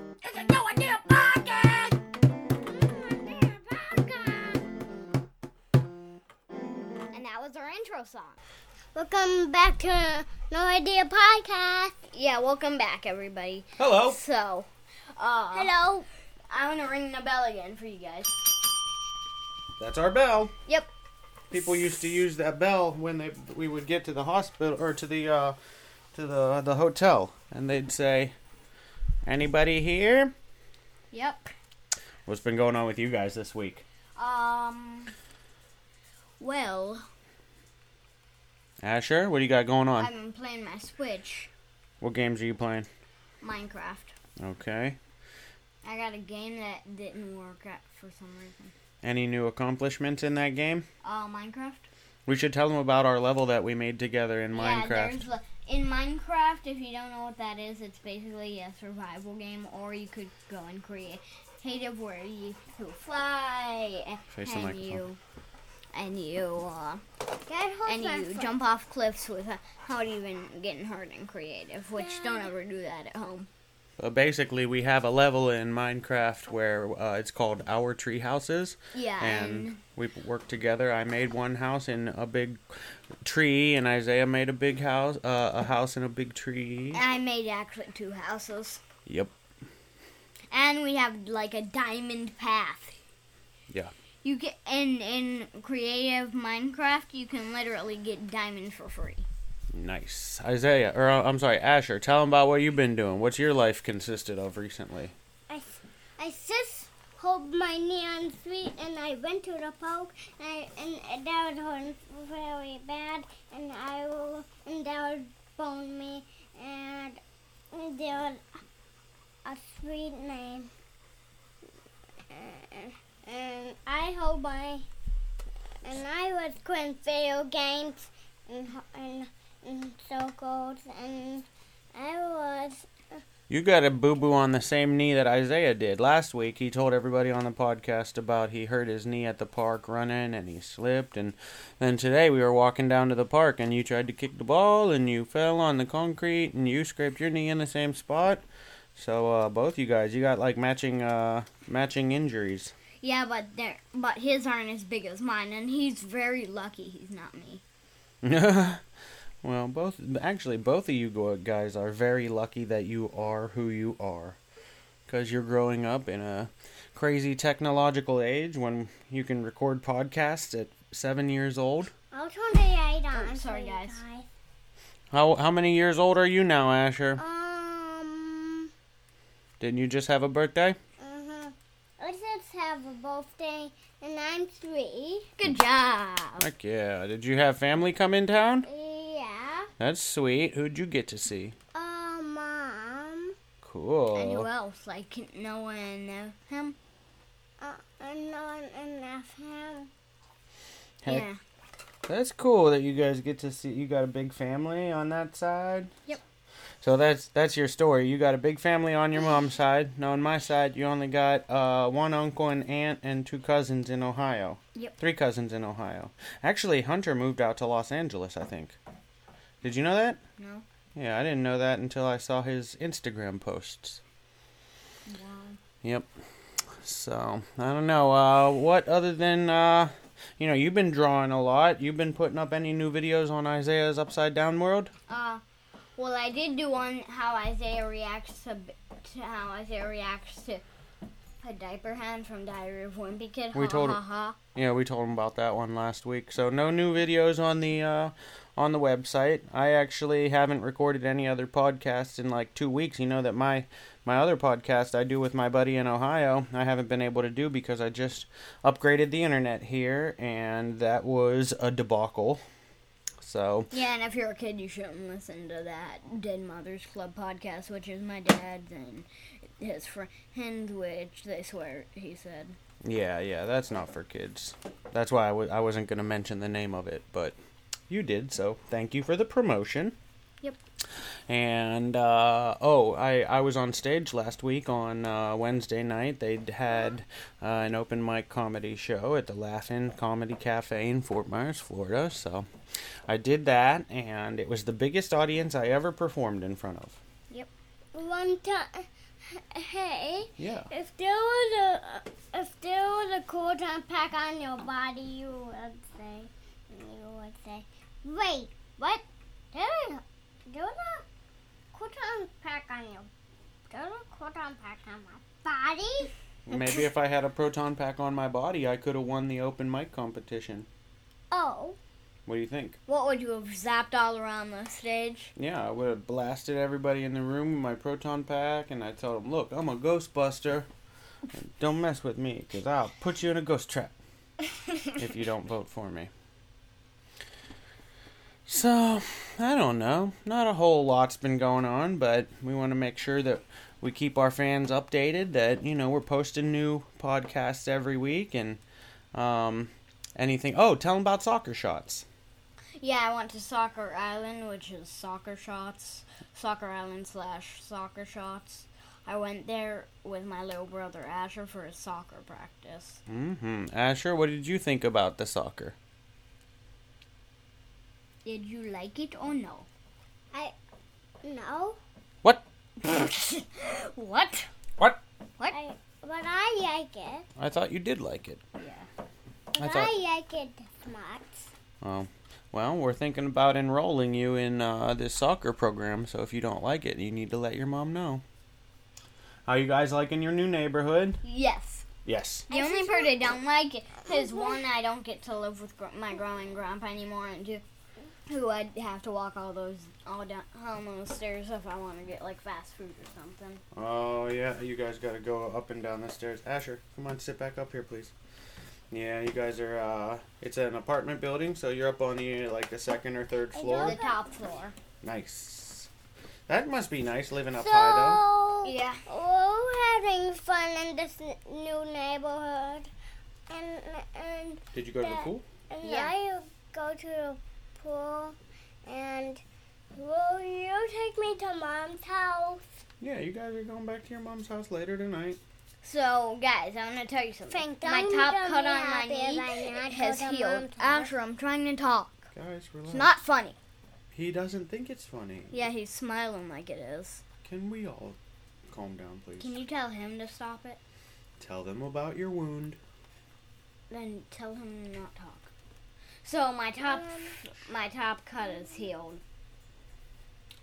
can do a damn podcast. And that was our intro song. Welcome back to No Idea Podcast. Yeah, welcome back, everybody. Hello. So, uh, hello. I want to ring the bell again for you guys. That's our bell. Yep. People used to use that bell when they we would get to the hospital or to the uh, to the the hotel, and they'd say, "Anybody here?" Yep. What's been going on with you guys this week? Um. Well, Asher, what do you got going on? I've been playing my Switch, what games are you playing? Minecraft. Okay. I got a game that didn't work out for some reason. Any new accomplishments in that game? Uh, Minecraft. We should tell them about our level that we made together in Yeah, Minecraft. there's li- in Minecraft, if you don't know what that is, it's basically a survival game, or you could go and create creative where you who fly and, Face the and microphone. you and you uh, Get hold and you jump off cliffs uh, without even getting hurt in creative, which don't ever do that at home. But Uh, basically, we have a level in Minecraft where uh, it's called Our Tree Houses. Yeah, and we worked together. I made one house in a big tree, and Isaiah made a big house, uh, a house in a big tree. and I made actually two houses, Yep. and we have like a diamond path. Yeah. You get in in creative Minecraft, you can literally get diamonds for free. Nice, Isaiah, or uh, I'm sorry, Asher. Tell them about what you've been doing. What's your life consisted of recently? I, s- I just hold my neon sweet and I went to the park and, I, and that was very bad and I will- and that would bone me and there was a sweet name and, and I hold my and I was playing video games and ho- and, and circles and I was You got a boo boo on the same knee that Isaiah did last week. He told everybody on the podcast about he hurt his knee at the park running and he slipped. And then today we were walking down to the park and you tried to kick the ball and you fell on the concrete and you scraped your knee in the same spot. So uh, both you guys, you got like matching uh, matching injuries. Yeah, but there, but his aren't as big as mine, and he's very lucky he's not me. well, both actually both of you go- guys are very lucky that you are who you are, because you're growing up in a crazy technological age when you can record podcasts at seven years old. I'll turn the light on. Oh, sorry, for you guys. How how many years old are you now, Asher? Um, Didn't you just have a birthday? uh-huh. I just have a birthday, and I'm three. Good job. Heck yeah! Did you have family come in town? Yeah. That's sweet. Who'd you get to see? Uh, mom. And who Cool. else? Like no one know him. Uh, I'm not enough him. Heck, Yeah. That's cool that you guys get to see. You got a big family on that side. Yep. So that's that's your story. You got a big family on your mom's side. Now on my side, you only got uh, one uncle and aunt and two cousins in Ohio. Yep. Three cousins in Ohio. Actually, Hunter moved out to Los Angeles. I think. Did you know that? No. Yeah, I didn't know that until I saw his Instagram posts. Yep. So I don't know. Uh, what other than uh, you know, you've been drawing a lot. You've been putting up any new videos on Isaiah's Upside Down World. Uh, well, I did do one how Isaiah reacts to, b- to how Isaiah reacts to a diaper hand from Diary of a Wimpy Kid. We ha, told ha, him. ha. Yeah, we told him about that one last week. So no new videos on the uh, on the website. I actually haven't recorded any other podcasts in like two weeks. You know that my my other podcast I do with my buddy in Ohio, I haven't been able to do because I just upgraded the internet here, and that was a debacle. So Yeah, and if you're a kid, you shouldn't listen to that Dead Mothers Club podcast, which is my dad's and his friends, which they swear he said. yeah, yeah, that's not for kids. That's why I w- I wasn't gonna mention the name of it, but you did. So thank you for the promotion. Yep. And uh, oh, I, I was on stage last week on uh, Wednesday night. They had uh, an open mic comedy show at the Laugh-In Comedy Cafe in Fort Myers, Florida. So I did that, and it was the biggest audience I ever performed in front of. One time, hey, Really? Yeah. If there was a if there was a cool time pack on your body, you would say you would say, wait, what? There is there was a cool time pack on your there was a cool time pack on my body. Maybe if I had a proton pack on my body, I could have won the open mic competition. Oh, What do you think? What would you have zapped all around the stage? Yeah, I would have blasted everybody in the room with my proton pack, and I told them, "Look, I'm a Ghostbuster. Don't mess with me, cause I'll put you in a ghost trap if you don't vote for me." So, I don't know. Not a whole lot's been going on, but we want to make sure that we keep our fans updated. That you know we're posting new podcasts every week, and um, anything. Oh, tell them about soccer shots. Yeah, I went to Soccer Island, which is soccer shots, Soccer Island slash soccer shots. I went there with my little brother Asher for his soccer practice. Mm-hmm. Asher, what did you think about the soccer? Did you like it or no? no, What? What? What? I but I like it. I thought you did like it. Yeah. But I I, thought- like it much. Oh. Well, we're thinking about enrolling you in uh, this soccer program, so if you don't like it, you need to let your mom know. How you guys liking your new neighborhood? Yes. Yes. The only part I don't like is one, I don't get to live with gr- my growing grandpa anymore, and two, who I'd have to walk all those all down all those stairs if I want to get like fast food or something. Oh, yeah, you guys got to go up and down the stairs. Asher, come on, sit back up here, please. Yeah, you guys are, uh, it's an apartment building, so you're up on the, like, the second or third I floor. The top floor. Nice. That must be nice living up high, though. So Yeah. we're having fun in this n- new neighborhood, and and Did you go to the Yeah. pool? and Yeah. now you go to the pool, and will you take me to mom's house? Yeah, you guys are going back to your mom's house later tonight. So guys, I'm gonna tell you something. Frank, my don't top tell cut me on my I'll be lying. I knee has told her healed. mom to- Asher, I'm trying to talk. Guys, relax. It's not funny. he doesn't think it's funny. Yeah, he's smiling like it is. Can we all calm down, please? Can you tell him to stop it? Tell them about your wound. Then tell him to not talk. So my Oh. Um, top, my top cut is healed.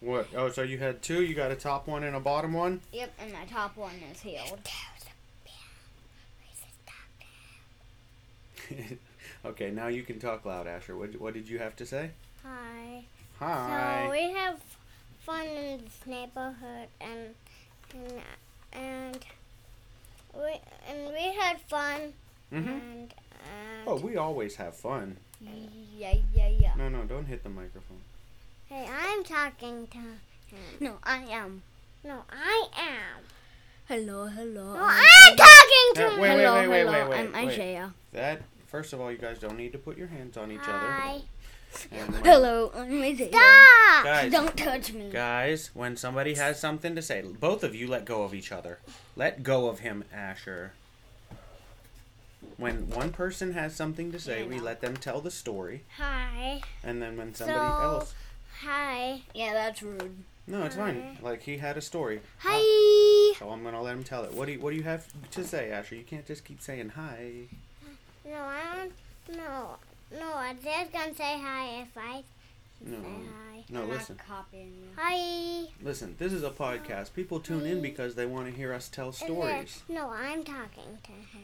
What? Oh, so you had two? You got a top one and a bottom one? Yep, and my top one is healed. okay, now you can talk loud, Asher. What, what did you have to say? Hi. So Hi. we have fun in this neighborhood, and and and we and we had fun, hmm and and Oh, we always have fun. Yeah, yeah, yeah. No, no, don't hit the microphone. hey, I'm talking to. Him. No, I am. No, I am. Hello, hello. Oh, No, I'm talking to Yeah, him. wait, hello, wait, wait, hello. wait, wait, I'm wait. Isaiah. That, first of all, you guys don't need to put your hands on each Hi. other. And when- Hello, I'm Isaiah. Stop. Guys, Don't touch me. Guys, when somebody has something to say, both of you let go of each other. Let go of him, Asher. When one person has something to say, we let them tell the story, Hi. and then when somebody So- else, Hi. Yeah, that's rude. no, it's fine. Like he had a story, Hi. so I'm gonna let him tell it. What do you, what do you have to say, Asher? You can't just keep saying hi. No, I don't. No, no. I'm just gonna say hi if I No, say hi. no, I'm listen, not copying you. Hi. listen. This is a podcast. People tune in because they want to hear us tell And then- stories. No, I'm talking to him.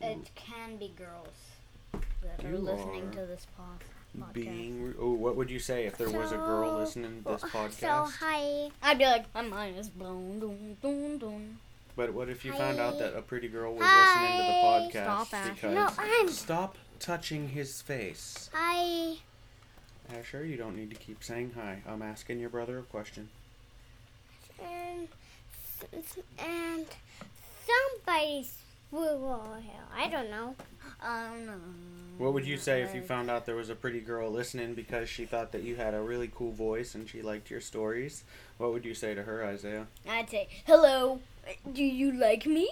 It can be girls that are You listening are to this pod- podcast. Being, re- oh, what would you say if there was a girl So- listening to this Oh, So podcast? hi. I'd be like, my mind is blown. Dun, dun, dun. But what if you found out Hi. that a pretty girl was Hi. listening to the podcast Stop, Ash. because No, I'm stop touching his face. hi. Asher, you don't need to keep saying hi. I'm asking your brother a question. And and somebody threw over here. I don't know. I don't know. What would you say if you found out there was a pretty girl listening because she thought that you had a really cool voice and she liked your stories? What would you say to her, Isaiah? I'd say, hello, do you like me?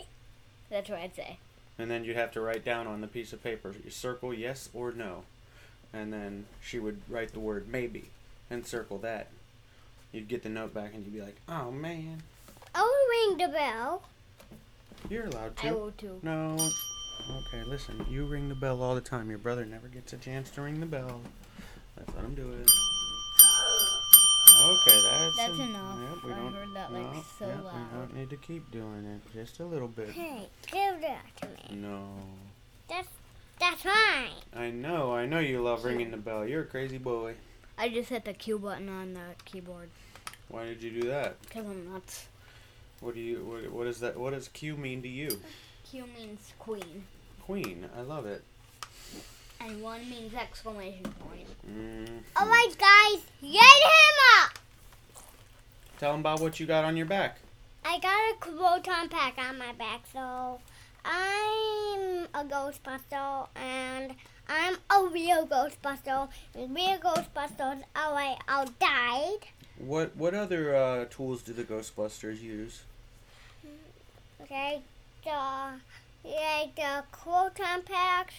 That's what I'd say. And then you'd have to write down on the piece of paper, you circle yes or no. And then she would write the word maybe and circle that. You'd get the note back and you'd be like, oh man. I'll ring the bell. You're allowed I to. will too. No. Okay, listen. You ring the bell all the time. Your brother never gets a chance to ring the bell. Let's let him do it. Okay, that's That's en- enough. Yep, we I don't, heard that, like, no, so yep, loud. We don't need to keep doing it. Just a little bit. Hey, give that to me. No. That's that's mine. I know. I know you love ringing the bell. You're a crazy boy. I just hit the Q button on the keyboard Why did you do that? because I'm nuts. What do you? What, what is that? What does Q mean to you? Q means queen, Queen. I love it. and one means exclamation point. Mm. All right, guys, get him up. Tell him about what you got on your back. I got a Croton pack on my back, so I'm a Ghostbuster, and I'm a real Ghostbuster. And real Ghostbusters oh, are like outside. What What other uh, tools do the Ghostbusters use? Okay, the like the Croton packs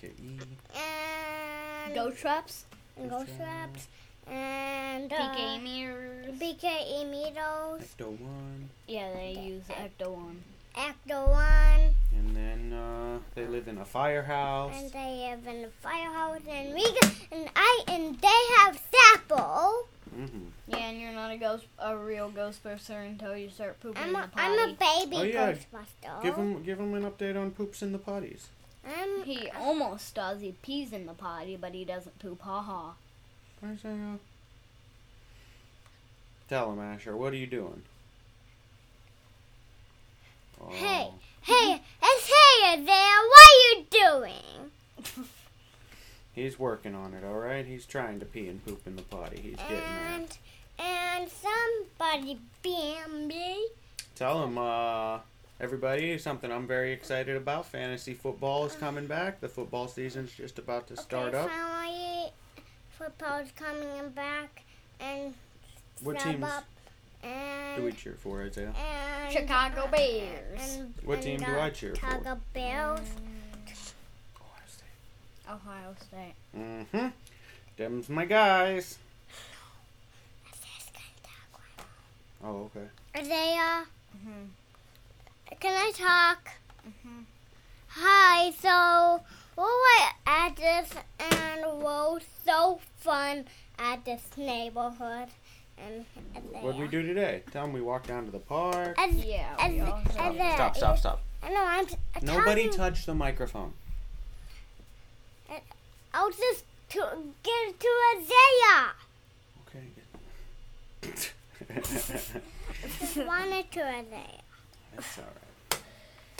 PKE. and Go traps, and ghost traps and uh, PK mirrors. BKE metals. Ecto one. yeah, they use Ecto one. Ecto one, And then uh, they live in a and firehouse. they have in the firehouse, and we go, and I and they have Sapple. Mm-hmm. Yeah, and you're not a ghost, a real ghostbuster until you start pooping I'm in a, the potty. I'm a baby Oh, yeah. Ghostbuster. Give him Give him an update on poops in the potties. I'm He almost does. He pees in the potty, but he doesn't poop. Ha ha. Where's that go? Tell him, Asher. What are you doing? Oh. hey hey it's here there. What are you doing? He's working on it, all right? He's trying to pee and poop in the potty. He's getting there. And and somebody bam me. Tell him, uh, everybody, something I'm very excited about. Fantasy football is coming back. The football season's just about to start okay, up. Finally, football's coming back and What scrub teams up and do we cheer for, Isaiah? and Chicago Bears. Mm. And, What and team do the I cheer for? Chicago Bears. Ohio State. Mm-hmm. Them's my guys. Oh, okay. Isaiah, Mhm. can I talk? Mhm. Hi. So we were at this, and it was so fun at this neighborhood. And Isaiah. What'd we do today? Tell him we walked down to the park. As, Yeah, we as- all saw Isaiah, Oh, Stop, stop, stop. I know I'm. t- I'm Nobody talking- touch the microphone. I'll just to get to Isaiah. Okay. Just wanted to Isaiah. That's all right.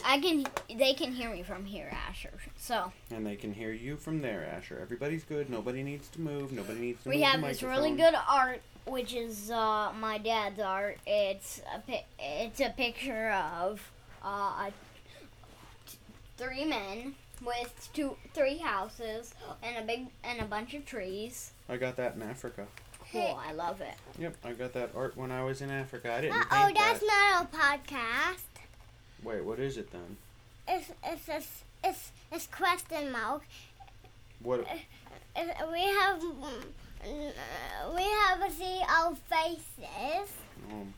I can. They can hear me from here, Asher. So And they can hear you from there, Asher. Everybody's good. Nobody needs to move. Nobody needs to we move the have this really microphone. good art, which is uh, my dad's art. It's a pi- it's a picture of uh, a t- three men with two three houses and a big and a bunch of trees. I got that in Africa. Hey. Cool, I love it. Yep, I got that art when I was in Africa. I didn't Uh oh, paint that's that. not a podcast. Wait, what is it then? It's it's it's it's, it's question mark. What? It, we have mm, uh, we have to see our faces. Um,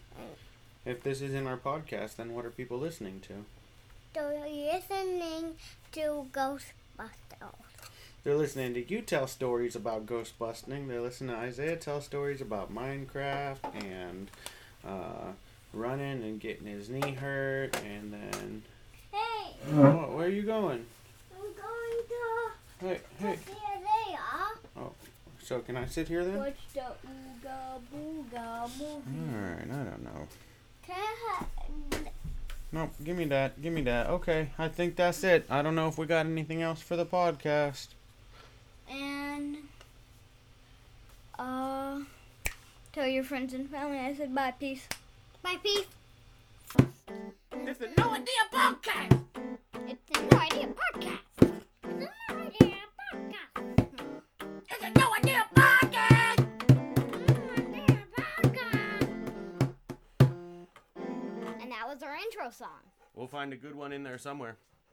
if this isn't our podcast, then what are people listening to? So you're listening to Ghostbusters. They're listening to you tell stories about ghost busting. They're listening to Isaiah tell stories about Minecraft and uh, running and getting his knee hurt. And then, Hey, oh, where are you going? I'm going to Hey, to hey. see Isaiah. So can I sit here then? All Watch the Ooga Booga movie. right. I don't know. Can I have, Nope. Give me that. Give me that. Okay. I think that's it. I don't know if we got anything else for the podcast. And uh, tell your friends and family I said bye, peace. my piece? It's the No Idea Podcast. It's the No Idea Podcast. It's the No Idea Podcast. And that was our intro song. We'll find a good one in there somewhere.